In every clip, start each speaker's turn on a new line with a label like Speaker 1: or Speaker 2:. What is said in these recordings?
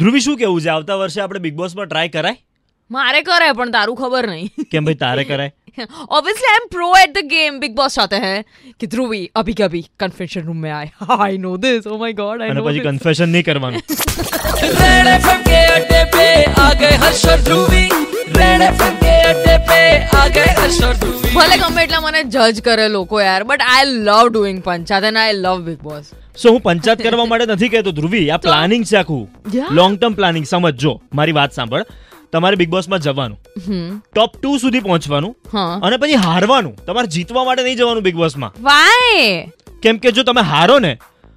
Speaker 1: ધ્રુવી શું કેવું છે આવતા વર્ષે આપણે બિગ બોસમાં ટ્રાય કરાય
Speaker 2: મારે કરે પણ તારું ખબર नहीं
Speaker 1: કેમ ભાઈ તારે કરાય
Speaker 2: obviously i'm pro at the game big boss चाहते हैं कि ध्रुवी अभी कभी कन्फेशन रूम में आए आई know this oh my God I
Speaker 1: અને
Speaker 2: नो
Speaker 1: પછી કન્ફેશન નહીં કરવાનું
Speaker 3: रेड एफएम के अड्डे पे आ गए हर्ष और ध्रुवी रेड एफएम के अड्डे पे आ गए हर्ष और ध्रुवी
Speaker 2: ભલે ગમે એટલા મને જજ કરે લોકો યાર but I love doing panchayat and I love Bigg Boss
Speaker 1: so હું પંચાયત કરવા માટે નથી કહેતો ધ્રુવી આ પ્લાનિંગ છે આખું
Speaker 2: Yeah.
Speaker 1: લોંગ ટર્મ પ્લાનિંગ સમજજો મારી વાત સાંભળ તમારે બિગ બોસમાં જવાનું
Speaker 2: હમ
Speaker 1: ટોપ ટુ સુધી પહોંચવાનું
Speaker 2: હા
Speaker 1: અને પછી હારવાનું તમારે જીતવા માટે નહીં જવાનું બિગ બોસમાં
Speaker 2: વાય
Speaker 1: કેમ કે જો તમે હારો ને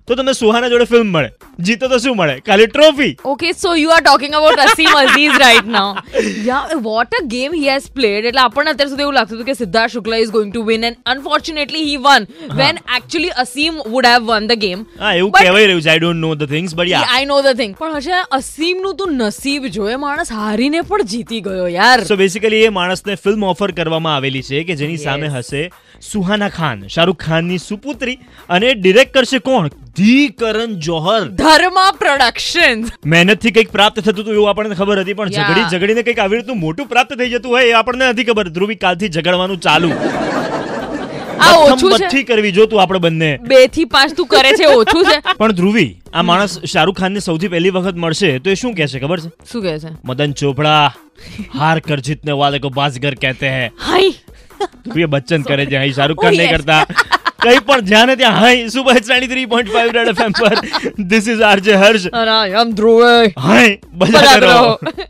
Speaker 1: તો તમને સુહાના જોડે ફિલ્મ મળે જીતો તો શું મળે ખાલી trophy
Speaker 2: okay so you are talking about Asim Aziz right now yeah what a game he has played એટલે આપણને અત્યાર સુધી એવું લાગતું હતું કે Siddharth Shukla is going to win and unfortunately he won when actually Asim would have won the game
Speaker 1: હા એવું
Speaker 2: But-
Speaker 1: કહેવાય રહ્યું છે I don't know the things but yeah
Speaker 2: I know the thing પણ હશે અસીમનું તું નસીબ જોયે માણસ હારીને પણ જીતી ગયો યાર
Speaker 1: સો બેસિકલી એ માણસને ફિલ્મ ઓફર કરવામાં આવેલી છે કે જેની સામે હશે સુહાના ખાન શાહરુખ ખાનની સુપુત્રી અને ડિરેક્ટ કરશે કોણ ધી કરણ જોહર
Speaker 2: ધર્મા પ્રોડક્શન્સ
Speaker 1: મહેનતથી કંઈક પ્રાપ્ત થતું હતું એવું આપણને ખબર હતી પણ
Speaker 2: Yeah.
Speaker 1: ઝઘડી ઝઘડીને કંઈક આવી રીતનું મોટું પ્રાપ્ત થઈ જતું હોય એ આપણને નથી ખબર ધ્રુવી કાલથી ઝઘડવાનું ચાલુ
Speaker 2: આ ઓછું છે
Speaker 1: મથ્થી કરવી જોતું આપણે બંને
Speaker 2: બે થી પાંચ તું કરે છે ઓછું છે
Speaker 1: પણ ધ્રુવી આ માણસ શાહરુખ ખાનને સૌથી પહેલી વખત મળશે તો એ શું કહેશે ખબર છે
Speaker 2: શું કહે છે
Speaker 1: મદન ચોપડા હાર કર જીતને વાલે કો બાઝગર કહેતે હૈ
Speaker 2: હાય
Speaker 1: પ્રિય બચ્ચન કરે છે અહીં શાહરુખ
Speaker 2: Oh,
Speaker 1: ખાન નહીં
Speaker 2: yes.
Speaker 1: કરતા કઈ પણ જ્યાં ને ત્યાં હાય સુપર ચાણી three point five red F પર ધીસ ઇઝ આરજે હર્ષ
Speaker 2: અને આઈ એમ ધ્રુવે
Speaker 1: હાય બજાતે
Speaker 2: બજાતે
Speaker 1: રહો
Speaker 2: રહો.